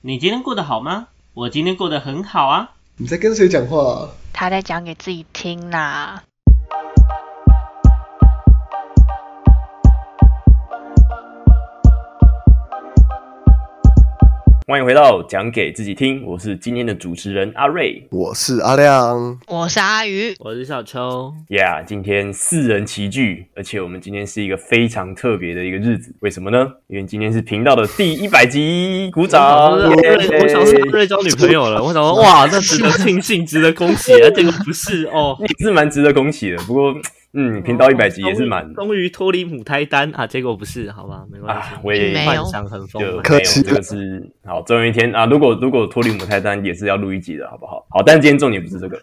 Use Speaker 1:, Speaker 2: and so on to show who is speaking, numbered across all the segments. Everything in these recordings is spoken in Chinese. Speaker 1: 你今天过得好吗？我今天过得很好啊。
Speaker 2: 你在跟谁讲话、啊？
Speaker 3: 他在讲给自己听啦。
Speaker 4: 欢迎回到讲给自己听，我是今天的主持人阿瑞。
Speaker 2: 我是阿 亮，
Speaker 3: 我是阿鱼，
Speaker 1: 我是小秋，
Speaker 4: 呀、今天四人齐聚，而且我们今天是一个非常特别的一个日子，为什么呢？因为今天是频道的第一百集，鼓掌！
Speaker 1: 我想
Speaker 4: 哎
Speaker 1: 说我想说阿瑞交女朋友了，我想 说哇，那值得庆幸，值得恭喜啊！结果不是哦，
Speaker 4: 也是蛮值得恭喜的，不过，嗯，频道一百集 也是蛮
Speaker 1: 终于脱离母胎单啊，结果不是，好吧，没关系
Speaker 4: 啊，，我也
Speaker 3: 没有
Speaker 1: 幻想很丰
Speaker 4: 就
Speaker 1: 满。
Speaker 2: 可惜
Speaker 4: 没有这个是好，总有一天啊，如果如果脱离母胎单也是要录一集的，好不好？好，但今天重点不是这个，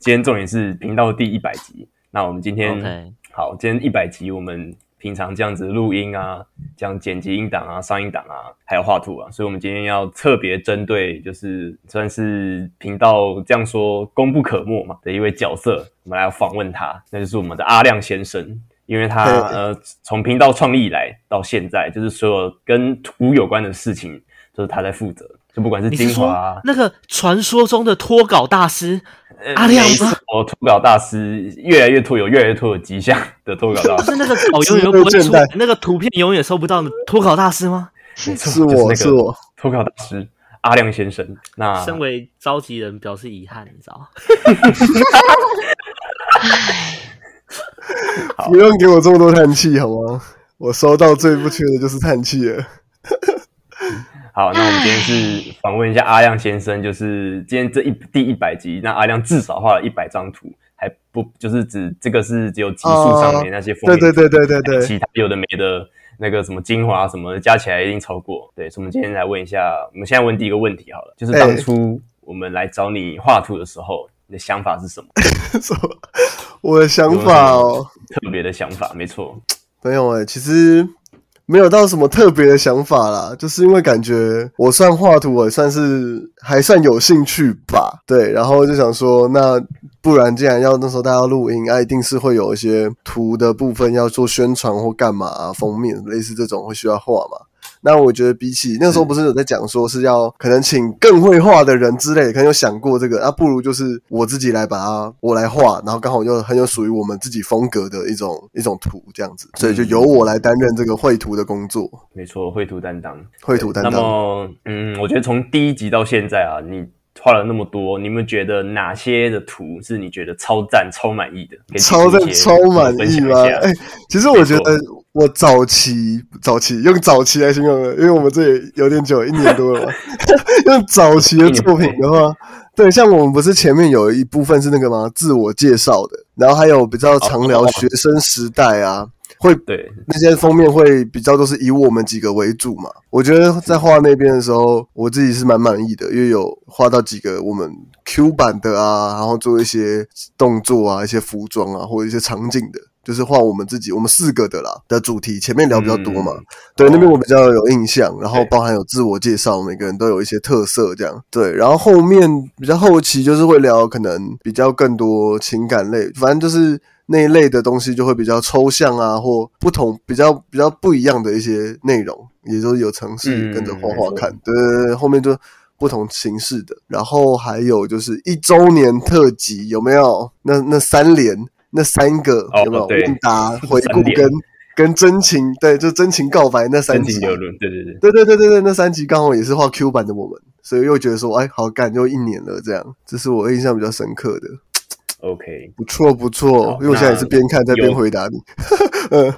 Speaker 4: 今天重点是频道第一百集。那我们今天
Speaker 1: OK
Speaker 4: 好，今天一百集，我们平常这样子录音啊，这样剪辑音档啊、上音档啊，还有画图啊，所以我们今天要特别针对，就是算是频道这样说功不可没嘛的一位角色，我们来访问他，那就是我们的阿亮先生。因为他
Speaker 2: 对
Speaker 4: 呃，从频道创立以来到现在，就是所有跟图有关的事情，都是他在负责，就不管是
Speaker 1: 你是
Speaker 4: 精华、
Speaker 1: 说
Speaker 4: 啊、
Speaker 1: 那个传说中的脱稿大师？
Speaker 4: 呃
Speaker 1: 阿亮吗
Speaker 4: 没错脱稿大师，越来越脱有越来越脱有迹象的脱稿大师
Speaker 1: 是，那个稿永远都不会
Speaker 2: 是
Speaker 1: 出
Speaker 2: 倦怠，
Speaker 1: 那个图片永远收不到的脱稿大师吗？
Speaker 4: 没错
Speaker 2: 是我
Speaker 4: 就是那个
Speaker 2: 我，
Speaker 4: 脱稿大师阿亮先生。那
Speaker 1: 身为召集人表示遗憾，你知道吗？
Speaker 2: 不用给我这么多叹气好吗？我收到最不缺的就是叹气了。
Speaker 4: 好，那我们今天是访问一下阿亮先生，就是今天这一第一百集，那阿亮至少画了一百张图，还不就是指这个是只有集数上面那些封
Speaker 2: 对
Speaker 4: 面图、
Speaker 2: 哦对对对对对，
Speaker 4: 其他有的没的那个什么精华什么的加起来一定超过。对，所以我们今天来问一下，我们现在问第一个问题好了，
Speaker 2: 哎
Speaker 4: 就是当初我们来找你画图的时候，你的想法是什么？
Speaker 2: 什么？我的想法哦，
Speaker 4: 特别的想法，没错，
Speaker 2: 没有哎、其实没有到什么特别的想法啦，就是因为感觉我算画图，我算是还算有兴趣吧，对，然后就想说，那不然既然要那时候大家要录音，啊，一定是会有一些图的部分要做宣传或干嘛、啊、封面类似这种会需要画嘛。那我觉得比起那时候不是有在讲说是要可能请更会画的人之类，可能有想过这个，那、啊不如就是我自己来把它我来画，然后刚好又很有属于我们自己风格的一种一种图这样子，所以就由我来担任这个绘图的工作，
Speaker 4: 没错，绘图担当。
Speaker 2: 绘图担
Speaker 4: 那
Speaker 2: 当。
Speaker 4: 么，嗯，我觉得从第一集到现在啊，你画了那么多，你有没有觉得哪些的图是你觉得超赞、超满意的？可以
Speaker 2: 超赞
Speaker 4: 跟一些
Speaker 2: 超满
Speaker 4: 分
Speaker 2: 意
Speaker 4: 享一
Speaker 2: 吗？
Speaker 4: 下
Speaker 2: 哎、其实我觉
Speaker 4: 没
Speaker 2: 得我早期早期用早期来形容了，因为我们这也有点久，一年多 了嘛。用早期的作品的话，对，像我们不是前面有一部分是那个吗？自我介绍的，然后还有比较常聊
Speaker 4: 哦
Speaker 2: 学生时代啊，会
Speaker 4: 对，
Speaker 2: 那些封面会比较都是以我们几个为主嘛。我觉得在画那边的时候，我自己是蛮满意的，因为有画到几个我们 Q 版的啊，然后做一些动作啊、一些服装啊，或者一些场景的，就是画我们自己我们四个的啦的主题。前面聊比较多嘛，
Speaker 4: 嗯
Speaker 2: 对，那边我比较有印象，然后
Speaker 4: 对
Speaker 2: 包含有自我介绍，每个人都有一些特色这样。对，然后后面比较后期就是会聊可能比较更多情感类，反正就是那一类的东西就会比较抽象啊，或不同比较比较不一样的一些内容，也就是有尝试
Speaker 4: 嗯
Speaker 2: 跟着画画看。对对对，后面就。不同形式的，然后还有就是一周年特辑有没有？那那三连那三个、
Speaker 4: 哦
Speaker 2: 有没有？
Speaker 4: 对
Speaker 2: 问答回顾
Speaker 4: 三连
Speaker 2: 跟跟真情，对，就真情告白那三
Speaker 4: 真
Speaker 2: 集
Speaker 4: 情，流论，对对对。
Speaker 2: 对对对对对，那三集刚好也是画 Q 版的我们，所以又觉得说，哎，好干，又一年了，这样，这是我印象比较深刻的，
Speaker 4: OK，
Speaker 2: 不错不错
Speaker 4: 好，
Speaker 2: 因为我现在也是边看在边
Speaker 4: 有
Speaker 2: 回答你，嗯，
Speaker 4: 嗯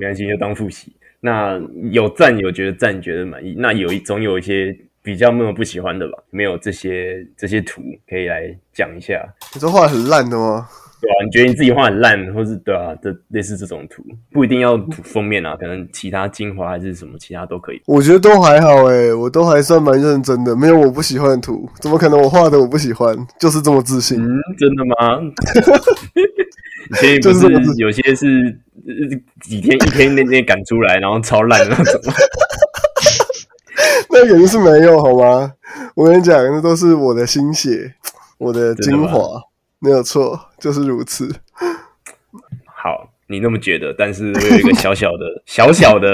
Speaker 4: 没关系，就当复习。那有赞有觉得赞，觉得满意。那有一总有一些比较没有不喜欢的吧？没有这些这些图可以来讲一下，
Speaker 2: 你说画的很烂的吗？
Speaker 4: 对啊，你觉得你自己画很烂，或是对啊，这类似这种图，不一定要图封面啊，可能其他精华还是什么其他都可以。
Speaker 2: 我觉得都还好哎、我都还算蛮认真的，没有我不喜欢的图，怎么可能我画的我不喜欢？就是这么自信，
Speaker 4: 嗯，真的 吗？所以不
Speaker 2: 就是
Speaker 4: 是
Speaker 2: 这么自
Speaker 4: 有些是呃几天一天内内赶出来，然后超烂的那种。
Speaker 2: 那肯定是没有好吗？我跟你讲，那都是我的心血，我的
Speaker 4: 真的
Speaker 2: 精
Speaker 4: 吗
Speaker 2: 华，没有错，就是如此。
Speaker 4: 好，你那么觉得，但是我有一个小小的小小的，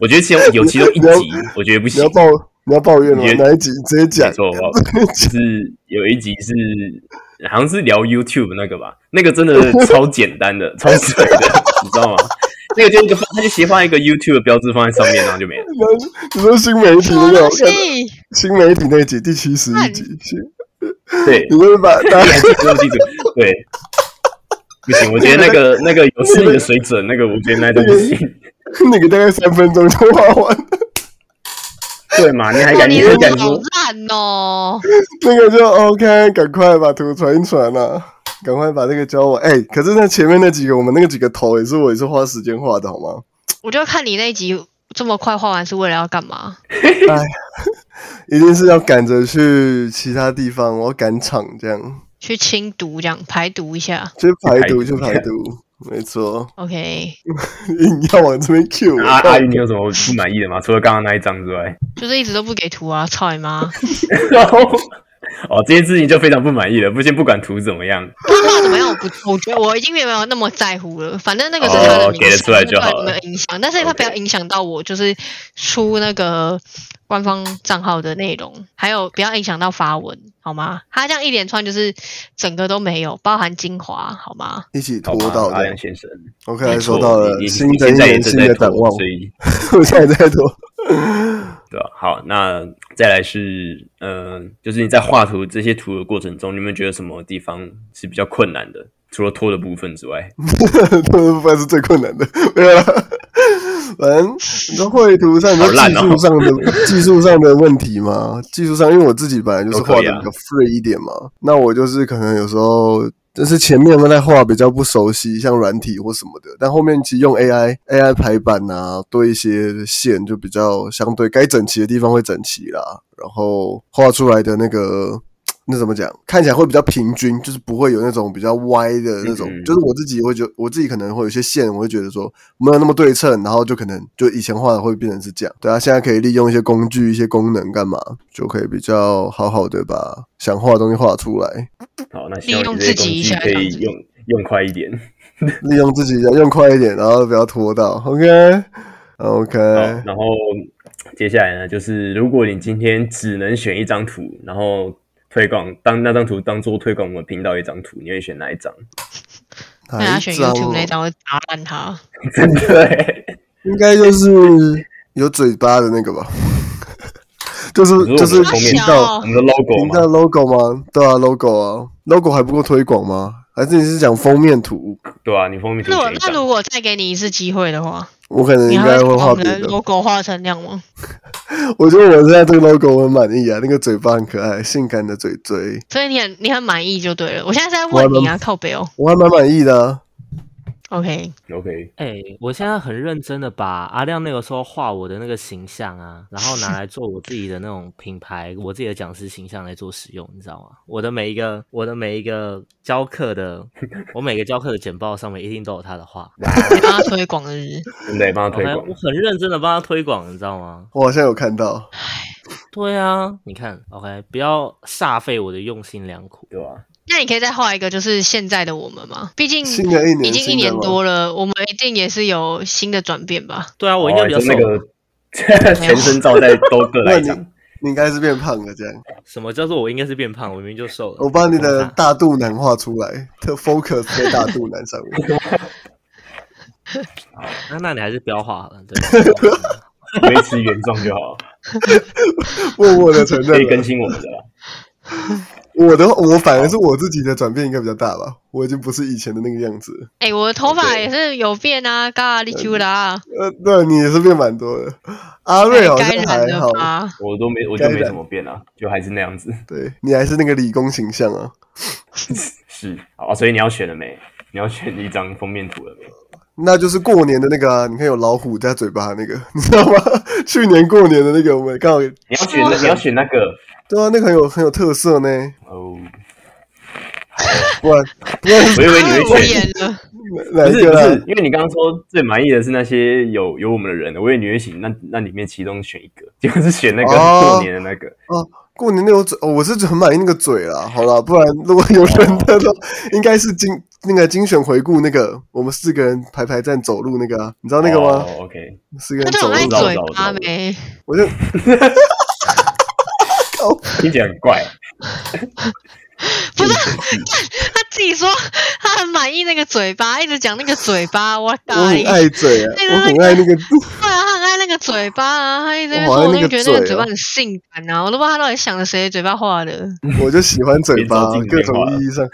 Speaker 4: 我觉得其中有其中一集，我觉得不
Speaker 2: 你
Speaker 4: 行
Speaker 2: 要。爆你要抱怨吗
Speaker 4: 也？
Speaker 2: 哪一集直接讲
Speaker 4: 没？错，我就是有一集是好像是聊 YouTube 那个吧，那个真的超简 单的，超水的，你知道吗？那个就一个放，他就斜放一个 YouTube 的标志放在上面，然后就没了。
Speaker 2: 你说新媒体
Speaker 3: 什
Speaker 2: 那
Speaker 3: 么
Speaker 2: 个，我
Speaker 3: 东
Speaker 2: 看到
Speaker 3: 西？
Speaker 2: 新媒体那一集第七十一集，
Speaker 4: 对，
Speaker 2: 你会把大 家
Speaker 4: 记住记住，对。不行，我觉得那个那个有是你的水准，那个我觉得那都不行。
Speaker 2: 那个大概三分钟就画完，
Speaker 4: 对嘛？你还
Speaker 3: 哇，
Speaker 4: 敢
Speaker 3: 你
Speaker 4: 你还
Speaker 3: 日
Speaker 4: 敢
Speaker 3: 文好
Speaker 4: 说？
Speaker 3: 烂哦！
Speaker 2: 那个就 OK，赶快把图传一传啊！赶快把那个教我。哎、可是那前面那几个，我们那个几个头也是我也是花时间画的好吗？
Speaker 3: 我就看你那一集这么快画完是为了要干嘛？
Speaker 2: 一定是要赶着去其他地方，我要赶场这样，
Speaker 3: 去清毒这样排毒一下。
Speaker 2: 去排毒
Speaker 4: 去
Speaker 2: 去
Speaker 4: 排
Speaker 2: 排
Speaker 4: 毒
Speaker 2: 毒，没错，
Speaker 3: OK，
Speaker 2: 硬要往这边 Q 我。
Speaker 4: 阿阿姨，你有什么不满意的吗？除了刚刚那一张之外，
Speaker 3: 就是一直都不给图啊，操你妈！
Speaker 4: 然后哦，这件事情就非常不满意了。不先不管图怎么样，
Speaker 3: 画怎么样？我不，我觉得我已经没有那么在乎了。反正那个是呃他
Speaker 4: 哦
Speaker 3: 的名
Speaker 4: 给得
Speaker 3: 声，
Speaker 4: 出来就好了
Speaker 3: 那到底有没有影响？但是他不要影响到我，就是出那个官方账号的内容，还有不要影响到发文，好吗？他这样一连串就是整个都没有，包含精华，好吗？
Speaker 2: 一起拖
Speaker 4: 好吧
Speaker 2: 到
Speaker 4: 阿
Speaker 2: 的
Speaker 4: 亮先生，
Speaker 2: ，OK，
Speaker 4: 没错
Speaker 2: 收到了
Speaker 4: 你，你
Speaker 2: 新
Speaker 4: 你
Speaker 2: 的一
Speaker 4: 现在也
Speaker 2: 年
Speaker 4: 正
Speaker 2: 新
Speaker 4: 在
Speaker 2: 的
Speaker 4: 拖
Speaker 2: 展望，
Speaker 4: 所以
Speaker 2: 我现在在拖。
Speaker 4: 对吧、好，那再来是呃，就是你在画图这些图的过程中，你有没有觉得什么地方是比较困难的？除了拖的部分之外，
Speaker 2: 他们不是最困难的，没有啦。反正你说绘图上、你说
Speaker 4: 好烂
Speaker 2: 技
Speaker 4: 哦
Speaker 2: 术上的、 技术上的问题嘛，技术上，因为我自己本来就是画的
Speaker 4: 都可
Speaker 2: 比
Speaker 4: 以啊
Speaker 2: 较 free 一点嘛，那我就是可能有时候就是前面在画比较不熟悉，像软体或什么的，但后面其实用 AI、AI 排版啊，对一些线就比较相对该整齐的地方会整齐啦，然后画出来的那个。那怎么讲？看起来会比较平均，就是不会有那种比较歪的那种。
Speaker 4: 嗯
Speaker 2: 就是我自己会觉得，我自己可能会有些线，我会觉得说没有那么对称，然后就可能就以前画的会变成是这样。对啊，现在可以利用一些工具、一些功能干嘛，就可以比较好好的把想画的东西画出来，
Speaker 4: 好，那希望
Speaker 3: 利用
Speaker 4: 你这些
Speaker 3: 自
Speaker 4: 工
Speaker 3: 己一
Speaker 4: 具
Speaker 3: 下
Speaker 4: 可以
Speaker 3: 这样子
Speaker 4: 用用快一点。
Speaker 2: 利用自己用快一点，然后不要拖到。OK，OK，、
Speaker 4: 好，然后接下来呢，就是如果你今天只能选一张图，然后推广当那张图当做推广我们频道一张图，你会选哪一张？
Speaker 3: 大家
Speaker 2: 哪一
Speaker 3: 选
Speaker 2: 张
Speaker 3: YouTube
Speaker 2: 哦
Speaker 3: 那张会砸烂他。
Speaker 4: 真的欸，
Speaker 2: 应该就是有嘴巴的那个吧， 就是
Speaker 4: 你说
Speaker 2: 就是
Speaker 4: 我们
Speaker 3: 他
Speaker 4: 后面
Speaker 2: 频
Speaker 3: 小哦
Speaker 2: 道
Speaker 4: 我们的 logo
Speaker 2: 频道
Speaker 4: 嘛，
Speaker 2: logo 吗？对啊，logo 啊，logo 还不够推广吗？还是你是讲封面图？
Speaker 4: 对啊，你封面图
Speaker 3: 那我
Speaker 4: 选一
Speaker 3: 那
Speaker 4: 张
Speaker 3: 如。果再给你一次机会的话，
Speaker 2: 我可能
Speaker 3: 你
Speaker 2: 应
Speaker 3: 还
Speaker 2: 该会
Speaker 3: 把
Speaker 2: 画
Speaker 3: 我
Speaker 2: 别
Speaker 3: 们的
Speaker 2: 的。
Speaker 3: logo 画成那样吗？
Speaker 2: 我觉得我现在这个 logo 我很满意啊，那个嘴巴很可爱，性感的嘴嘴，
Speaker 3: 所以你很你很满意就对了。我现在是在问你啊，靠北哦。
Speaker 2: 我还蛮满意的啊、
Speaker 3: OK，
Speaker 4: OK，
Speaker 1: 哎、我现在很认真的把阿亮那个时候画我的那个形象啊，然后拿来做我自己的那种品牌，我自己的讲师形象来做使用，你知道吗？我的每一个，我的每一个教课的，我每个教课的简报上面一定都有他的画，
Speaker 3: 你帮他推广是不是？
Speaker 4: 真的帮
Speaker 1: 我
Speaker 4: 他推
Speaker 1: 还
Speaker 4: 广
Speaker 1: 我。很认真的帮他推广，你知道吗？
Speaker 2: 我好像有看到。
Speaker 1: 对啊，你看，OK，不要煞费我的用心良苦。
Speaker 4: 对吧？
Speaker 3: 那你可以再画一个，就是现在的我们吗？毕竟
Speaker 2: 新的一年
Speaker 3: 已经一
Speaker 2: 新的
Speaker 3: 年
Speaker 2: 吗
Speaker 3: 多了，我们一定也是有新的转变吧？
Speaker 1: 对啊，我应
Speaker 4: 哦
Speaker 1: 该比较
Speaker 4: 你
Speaker 1: 瘦。
Speaker 4: 说那 个全身罩在都各来一张
Speaker 2: 那，你应该是变胖了这样。
Speaker 1: 什么叫做我应该是变胖？我明明就瘦了。
Speaker 2: 我把你
Speaker 1: 我
Speaker 2: 的
Speaker 1: 怕
Speaker 2: 大肚腩画出来，特 focus 在大肚腩上 面。
Speaker 1: 那那你还是不要画好了，对。
Speaker 4: 维持原状就好，
Speaker 2: 默默的承
Speaker 4: 可
Speaker 2: 认
Speaker 4: 以
Speaker 2: 了
Speaker 4: 更新我们的啦。
Speaker 2: 我的我反而是我自己的转变应该比较大吧，我已经不是以前的那个样子了。
Speaker 3: 哎、我的头发也是有变啊，嘎哩啾啦，
Speaker 2: 呃，对你也是变蛮多的，阿哦瑞好
Speaker 3: 该
Speaker 2: 像
Speaker 3: 染
Speaker 2: 还
Speaker 3: 了
Speaker 2: 好，
Speaker 3: 吧？
Speaker 4: 我都没，我就没怎么变啊，就还是那样子。
Speaker 2: 对你还是那个理工形象啊。
Speaker 4: 是，好，所以你要选了没？你要选一张封面图了没？
Speaker 2: 那就是过年的那个啊，你看有老虎在嘴巴那个， 你知道吗？去年过年的那个，我们刚好
Speaker 4: 你要选那，你要选那个
Speaker 2: 对啊，那个很有很有特色呢。
Speaker 4: 哦。
Speaker 2: 不然不然是
Speaker 4: 我以为你
Speaker 3: 太无
Speaker 4: 会选，
Speaker 3: 言啊了，
Speaker 2: 哪
Speaker 4: 不
Speaker 2: 一
Speaker 4: 是不
Speaker 2: 个啊
Speaker 4: 是
Speaker 2: 啦？，
Speaker 4: 因为你刚刚说最满意的是那些有有我们的人，我以为你会选那那里面其中选一个，结果是选那个
Speaker 2: 哦
Speaker 4: 过年的那个。
Speaker 2: 过年那个嘴，哦我是很满意那个嘴啦。好啦，不然如果有人的话，应该是精那个精选回顾那个，我们四个人排排站走路那个
Speaker 4: 哦
Speaker 2: 啊，你知道那个吗？
Speaker 4: 哦？OK，
Speaker 2: 四个
Speaker 3: 他
Speaker 2: 人
Speaker 3: 就
Speaker 2: 走
Speaker 3: 很爱
Speaker 2: 路
Speaker 4: 走路
Speaker 3: 嘴巴没，
Speaker 2: 我就笑。
Speaker 4: 听起来很怪。
Speaker 3: 不是他自己说他很满意那个嘴巴，一直讲那个嘴巴，我打
Speaker 2: 我很
Speaker 3: 你。
Speaker 2: 爱嘴啊，
Speaker 3: 对
Speaker 2: 我很 爱那个，
Speaker 3: 对啊，他很爱那个嘴巴啊，他一直在
Speaker 2: 我
Speaker 3: 说，
Speaker 2: 好爱
Speaker 3: 我
Speaker 2: 那个
Speaker 3: 就觉得那
Speaker 2: 嘴
Speaker 3: 个嘴
Speaker 2: 哦
Speaker 3: 巴很性感啊，我都不知道他到底想着谁的嘴巴画的。
Speaker 2: 我就喜欢嘴巴
Speaker 4: 别着急，
Speaker 2: 各
Speaker 4: 别画
Speaker 2: 种
Speaker 4: 了
Speaker 2: 意义上，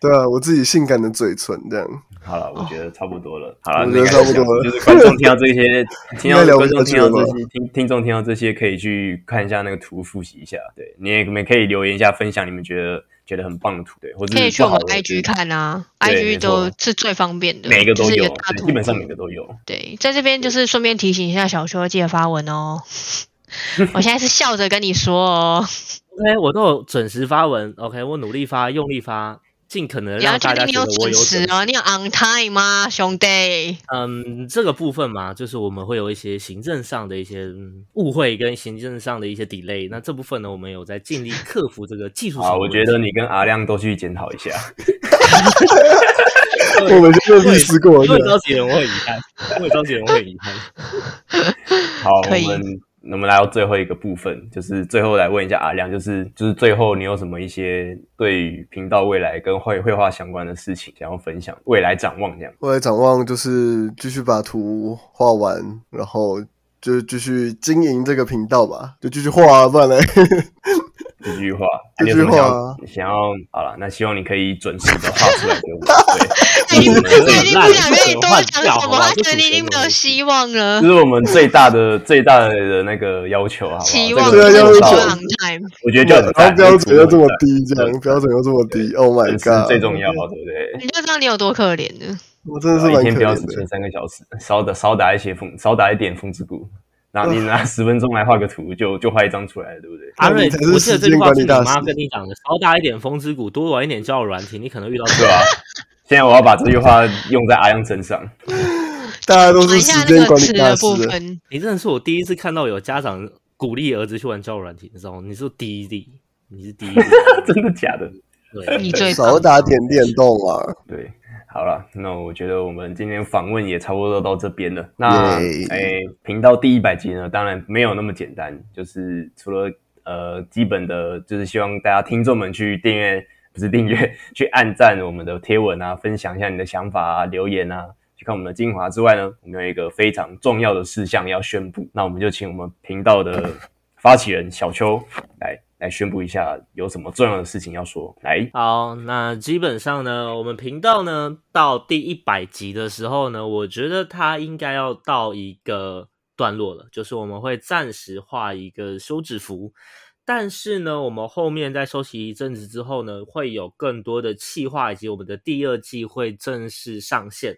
Speaker 2: 对啊，我自己性感的嘴唇这样。
Speaker 4: 好了，我觉得差不多了。好了，
Speaker 2: 我觉得
Speaker 4: 没
Speaker 2: 差
Speaker 4: 感
Speaker 2: 不多了
Speaker 4: 想就是观众听到这些，
Speaker 2: 应
Speaker 4: 听
Speaker 2: 该
Speaker 4: 到
Speaker 2: 聊不
Speaker 4: 观众
Speaker 2: 下去
Speaker 4: 听到
Speaker 2: 了
Speaker 4: 这
Speaker 2: 吧
Speaker 4: 些，听听众听到这些，可以去看一下那个图，复习一下。对，你也你们可以留言一下，分享你们觉得觉得很棒的图，对，或者
Speaker 3: 可以去我们 IG 看啊
Speaker 4: 对没
Speaker 3: ，IG
Speaker 4: 错
Speaker 3: 都是最方便的，
Speaker 4: 每一个都
Speaker 3: 就是一
Speaker 4: 有，
Speaker 3: 个大
Speaker 4: 对
Speaker 3: 图
Speaker 4: 基本上
Speaker 3: 库
Speaker 4: 每个都有。
Speaker 3: 对，在这边就是顺便提醒一下小秋，记得发文哦。我现在是笑着跟你说哦，
Speaker 1: OK，我都有准时发文。OK，我努力发，用力发，尽可能
Speaker 3: 你要
Speaker 1: 让
Speaker 3: 确
Speaker 1: 大家
Speaker 3: 定你
Speaker 1: 觉得我
Speaker 3: 准
Speaker 1: 有
Speaker 3: 时
Speaker 1: 准
Speaker 3: 哦，你有 on time 吗，兄弟？
Speaker 1: 嗯，这个部分嘛，就是我们会有一些行政上的一些嗯误会跟行政上的一些 delay。那这部分呢，我们有在尽力克服这个技术上
Speaker 4: 好，
Speaker 1: 的
Speaker 4: 我
Speaker 1: 问
Speaker 4: 觉
Speaker 1: 题
Speaker 4: 得你跟阿亮都去检讨 一下。
Speaker 2: 我们真的历史过
Speaker 1: 因为
Speaker 2: 的，
Speaker 1: 召集人我很遗憾，因为召集人我很遗憾。
Speaker 4: 好，
Speaker 3: 可以
Speaker 4: 我们我们来到最后一个部分，就是最后来问一下阿亮，就是就是最后你有什么一些对于频道未来跟绘绘画相关的事情想要分享，未来展望这样。
Speaker 2: 我来展望就是继续把图画完，然后就继续经营这个频道吧，就继续画、啊，不然嘞，
Speaker 4: 这 句话，
Speaker 2: 这
Speaker 4: 你有什
Speaker 2: 句
Speaker 4: 么
Speaker 2: 话
Speaker 4: 想
Speaker 2: 啊
Speaker 4: 要想要好了，那希望你可以准时的画出来 给我们。对，这是我们
Speaker 1: 这
Speaker 3: 他已
Speaker 1: 很烂
Speaker 3: 经不想跟你
Speaker 4: 最
Speaker 1: 这很
Speaker 3: 多
Speaker 1: 烂
Speaker 3: 讲
Speaker 1: 掉
Speaker 3: 什
Speaker 1: 好
Speaker 3: 么，
Speaker 1: 吧
Speaker 3: 他
Speaker 1: 这
Speaker 3: 觉
Speaker 1: 属
Speaker 3: 得你
Speaker 1: 于
Speaker 3: 已
Speaker 1: 那种
Speaker 3: 经没有
Speaker 1: 东
Speaker 3: 希望了
Speaker 4: 这。是我们最大的最大的那个要求，好不好？
Speaker 3: 期
Speaker 4: 啊这
Speaker 3: 望
Speaker 2: 对
Speaker 4: 个做
Speaker 2: 要
Speaker 3: 值
Speaker 2: 求
Speaker 4: 到
Speaker 3: 得
Speaker 4: 了
Speaker 3: on time，
Speaker 4: 我觉得就很
Speaker 2: 然后
Speaker 4: 赞
Speaker 2: 标准又这么，
Speaker 4: 这
Speaker 2: 低，这样标准又这么低，Oh
Speaker 4: 个
Speaker 2: my
Speaker 4: 主很赞
Speaker 2: god，
Speaker 4: 最重要，对不对？
Speaker 3: 你就知道你有多可怜了。
Speaker 2: 我真的是
Speaker 4: 一
Speaker 2: 蛮
Speaker 4: 天
Speaker 2: 可
Speaker 4: 不要
Speaker 2: 怜
Speaker 4: 只
Speaker 2: 的
Speaker 4: 睡。三个小时，少打少打一些风，少打一点风 之谷。然后你拿十分钟来画个图，就就画一张出来了，对不对？
Speaker 1: 阿瑞，
Speaker 2: 你才是
Speaker 1: 我记得这
Speaker 2: 时
Speaker 1: 句
Speaker 2: 间
Speaker 1: 话
Speaker 2: 管
Speaker 1: 是
Speaker 2: 理
Speaker 1: 你
Speaker 2: 大
Speaker 1: 妈
Speaker 2: 师
Speaker 1: 跟你讲的，少打一点风之谷，多玩一点交友软体，你可能遇到
Speaker 4: 对吧？
Speaker 2: 啊
Speaker 4: 现在我要把这句话用在阿亮身上。
Speaker 2: 大家都
Speaker 3: 讲
Speaker 2: 是
Speaker 3: 一下
Speaker 2: 时
Speaker 3: 那
Speaker 2: 间
Speaker 3: 个
Speaker 2: 管
Speaker 3: 词
Speaker 2: 理大
Speaker 3: 的
Speaker 2: 师
Speaker 3: 部
Speaker 2: 欸，
Speaker 3: 分，
Speaker 1: 你真的是我第一次看到有家长鼓励儿子去玩交友软体，你知道吗？你是第一例，你是第一 例，
Speaker 4: 真的假的？
Speaker 1: 对，
Speaker 3: 你最棒
Speaker 2: 少打点电动啊！
Speaker 4: 对，好了，那我觉得我们今天访问也差不多到这边了。那
Speaker 2: 耶
Speaker 4: 诶，频道第一百集呢，当然没有那么简单，就是除了呃基本的，就是希望大家听众们去订阅，不是订阅，去按赞我们的贴文啊，分享一下你的想法啊，留言啊。去看我们的精华之外呢，我们有一个非常重要的事项要宣布，那我们就请我们频道的发起人小邱来来宣布一下，有什么重要的事情要说。来，
Speaker 1: 好，那基本上呢，我们频道呢到第一百集的时候呢，我觉得它应该要到一个段落了，就是我们会暂时画一个休止符。但是呢，我们后面在休息一阵子之后呢，会有更多的企划以及我们的第二季会正式上线。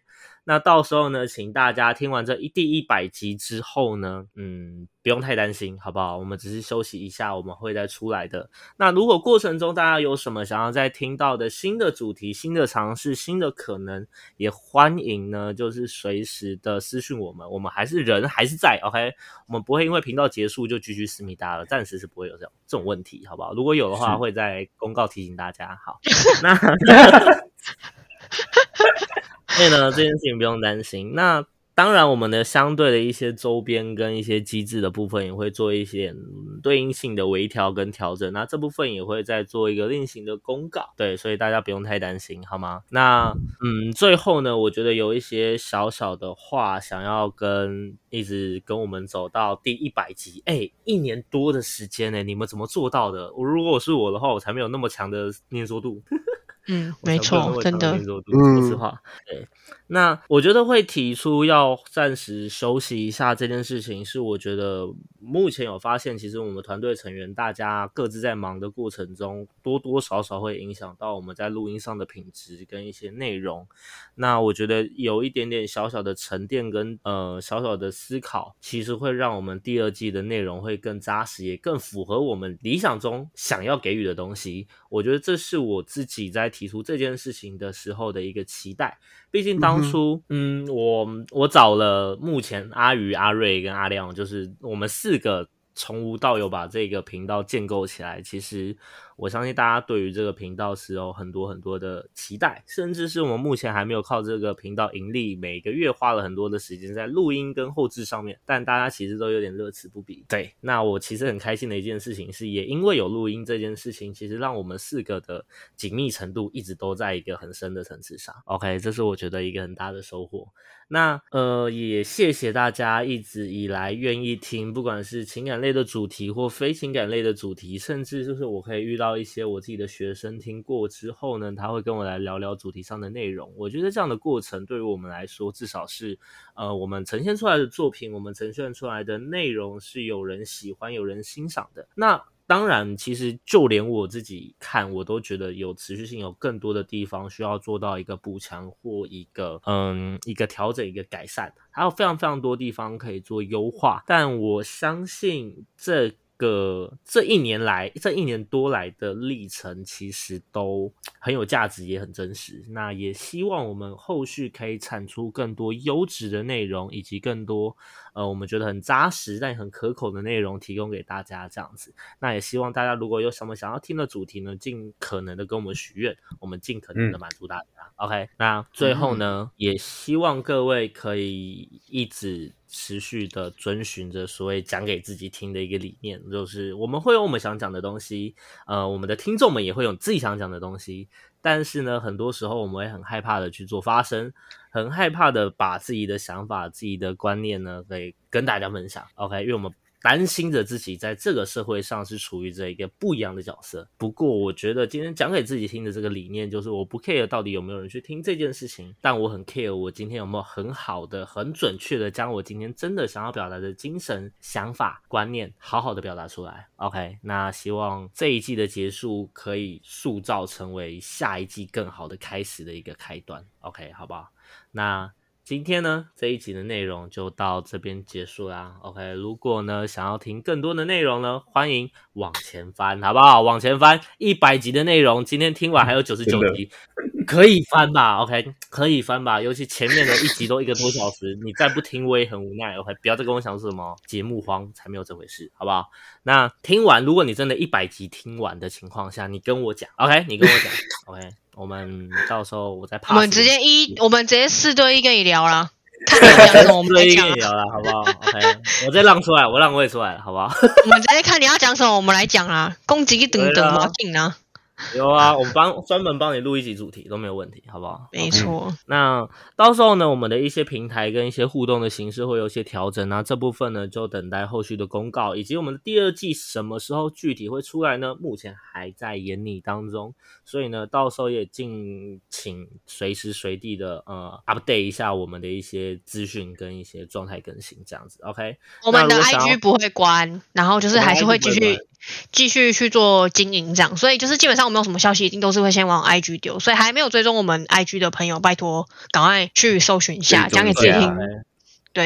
Speaker 1: 那到时候呢，请大家听完这一第一百集之后呢，嗯，不用太担心，好不好？我们只是休息一下，我们会再出来的。那如果过程中大家有什么想要再听到的新的主题、新的尝试、新的可能，也欢迎呢，就是随时的私讯我们，我们还是人还是在，OK，我们不会因为频道结束就继续思密达了，暂时是不会有这种这种问题，好不好？如果有的话，
Speaker 4: 是
Speaker 1: 会在公告提醒大家。好，那所以呢，这件事情不用担心。那当然，我们的相对的一些周边跟一些机制的部分也会做一些嗯对应性的微调跟调整，那这部分也会再做一个另行的公告。对，所以大家不用太担心，好吗？那嗯，最后呢，我觉得有一些小小的话想要跟一直跟我们走到第一百集，哎，一年多的时间呢，你们怎么做到的？我如果是我的话，我才没有那么强的粘着度。
Speaker 3: 嗯，
Speaker 1: 我
Speaker 3: 没
Speaker 1: 才不会
Speaker 3: 错，
Speaker 1: 为
Speaker 3: 真
Speaker 1: 他
Speaker 3: 的
Speaker 1: 们。做赌说实
Speaker 2: 嗯
Speaker 1: 话，对。那我觉得会提出要暂时休息一下这件事情，是我觉得目前有发现，其实我们团队成员大家各自在忙的过程中，多多少少会影响到我们在录音上的品质跟一些内容。那我觉得有一点点小小的沉淀跟呃小小的思考，其实会让我们第二季的内容会更扎实，也更符合我们理想中想要给予的东西。我觉得这是我自己在提出这件事情的时候的一个期待。毕竟当
Speaker 2: 嗯哼
Speaker 1: 初，嗯，我我找了目前阿鱼、阿瑞跟阿亮，就是我们四个从无到有把这个频道建构起来，其实我相信大家对于这个频道是有很多很多的期待，甚至是我们目前还没有靠这个频道盈利，每个月花了很多的时间在录音跟后置上面，但大家其实都有点乐此不疲。对，那我其实很开心的一件事情是，也因为有录音这件事情，其实让我们四个的紧密程度一直都在一个很深的层次上。OK，这是我觉得一个很大的收获。那呃，也谢谢大家一直以来愿意听，不管是情感类的主题或非情感类的主题，甚至就是我可以遇到一些我自己的学生听过之后呢，他会跟我来聊聊主题上的内容。我觉得这样的过程对于我们来说，至少是呃，我们呈现出来的作品，我们呈现出来的内容是有人喜欢、有人欣赏的。那当然，其实就连我自己看，我都觉得有持续性，有更多的地方需要做到一个补强或一个嗯一个调整、一个改善，还有非常非常多地方可以做优化。但我相信这个这一年来这一年多来的历程，其实都很有价值，也很真实。那也希望我们后续可以产出更多优质的内容，以及更多呃我们觉得很扎实但也很可口的内容提供给大家，这样子。那也希望大家如果有什么想要听的主题呢，尽可能的跟我们许愿，我们尽可能的满足大家。OK，那最后呢，也希望各位可以一直持续的遵循着所谓讲给自己听的一个理念，就是我们会有我们想讲的东西，呃，我们的听众们也会有自己想讲的东西，但是呢，很多时候我们会很害怕的去做发声，很害怕的把自己的想法、自己的观念呢，给跟大家分享。OK，因为我们担心着自己在这个社会上是处于这一个不一样的角色。不过，我觉得今天讲给自己听的这个理念，就是我不 care 到底有没有人去听这件事情，但我很 care 我今天有没有很好的、很准确的将我今天真的想要表达的精神、想法、观念，好好的表达出来。OK，那希望这一季的结束可以塑造成为下一季更好的开始的一个开端。OK，好不好？那今天呢这一集的内容就到这边结束啦。OK，如果呢想要听更多的内容呢，欢迎往前翻，好不好？往前翻一百集的内容，今天听完还有九十九
Speaker 4: 真的
Speaker 1: 集，可以翻吧？OK，可以翻吧。尤其前面的一集都一个多小时，你再不听我也很无奈。OK，不要再跟我讲说什么节目荒，才没有这回事，好不好？那听完，如果你真的一百集听完的情况下，你跟我讲，OK，你跟我讲 ，OK，我们到时候我再 pass 你。
Speaker 3: 我们直接一，我们直接四对一跟你聊 啦，看你 要讲什么，我们来
Speaker 1: 一
Speaker 3: 讲
Speaker 1: 跟你
Speaker 3: 啊。
Speaker 1: 聊了，好不好？OK，我 再让出来，我让我也出来了，好不好？
Speaker 3: 我们直接看你要讲什么，我们来讲啦。攻击等
Speaker 1: 对啊
Speaker 3: 等毛病啊，
Speaker 1: 有啊，我们帮专门帮你录一集主题都没有问题，好不好？
Speaker 3: 没错。
Speaker 1: 那到时候呢，我们的一些平台跟一些互动的形式会有一些调整那这部分呢就等待后续的公告，以及我们的第二季什么时候具体会出来呢？目前还在研拟当中，所以呢，到时候也敬请随时随地的呃 update 一下我们的一些资讯跟一些状态更新，这样子，OK？
Speaker 3: 我们的
Speaker 1: 那如果想要
Speaker 3: IG 不会关，然后就是还是会继
Speaker 1: 我们的 IG
Speaker 3: 续
Speaker 1: 不
Speaker 3: 继续去做经营这样，所以就是基本上我们有什么消息，一定都是会先往 IG 丢，所以还没有追踪我们 IG 的朋友，拜托赶快去搜寻一下，
Speaker 4: 追踪
Speaker 3: 讲给自己
Speaker 1: 对啊
Speaker 3: 听。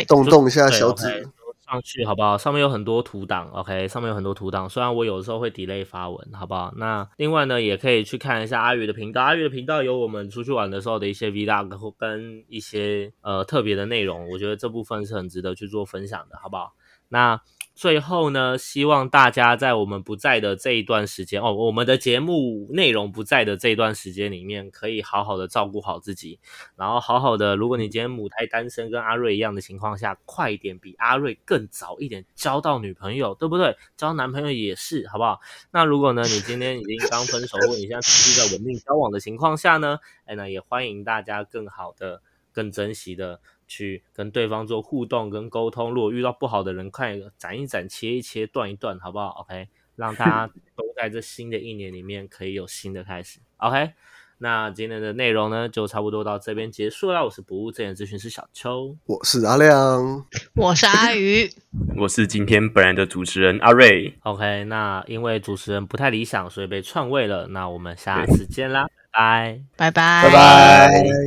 Speaker 2: 动动一下
Speaker 1: 对
Speaker 2: 小
Speaker 1: OK，
Speaker 2: 指。
Speaker 1: 上去好不好？上面有很多图档，OK，上面有很多图档。虽然我有的时候会 delay 发文，好不好？那另外呢，也可以去看一下阿宇的频道。阿宇的频道有我们出去玩的时候的一些 vlog 或跟一些呃特别的内容，我觉得这部分是很值得去做分享的，好不好？那最后呢，希望大家在我们不在的这一段时间哦，我们的节目内容不在的这一段时间里面，可以好好的照顾好自己，然后好好的，如果你今天母胎单身，跟阿瑞一样的情况下，快一点比阿瑞更早一点交到女朋友，对不对？交男朋友也是，好不好？那如果呢，你今天已经刚分手，或者你现在持续在稳定交往的情况下呢，哎，那也欢迎大家更好的、更珍惜的去跟对方做互动跟沟通。如果遇到不好的人，快斩一斩、切一切、断一断，好不好？OK，让大家都在这新的一年里面可以有新的开始。OK，那今天的内容呢，就差不多到这边结束了。我是不务正业咨询师小邱，
Speaker 2: 我是阿亮，
Speaker 3: 我是阿鱼，
Speaker 4: 我是今天本人的主持人阿瑞，
Speaker 1: OK，那因为主持人不太理想，所以被篡位了。那我们下次见啦，拜拜。
Speaker 3: 拜拜，
Speaker 2: 拜拜。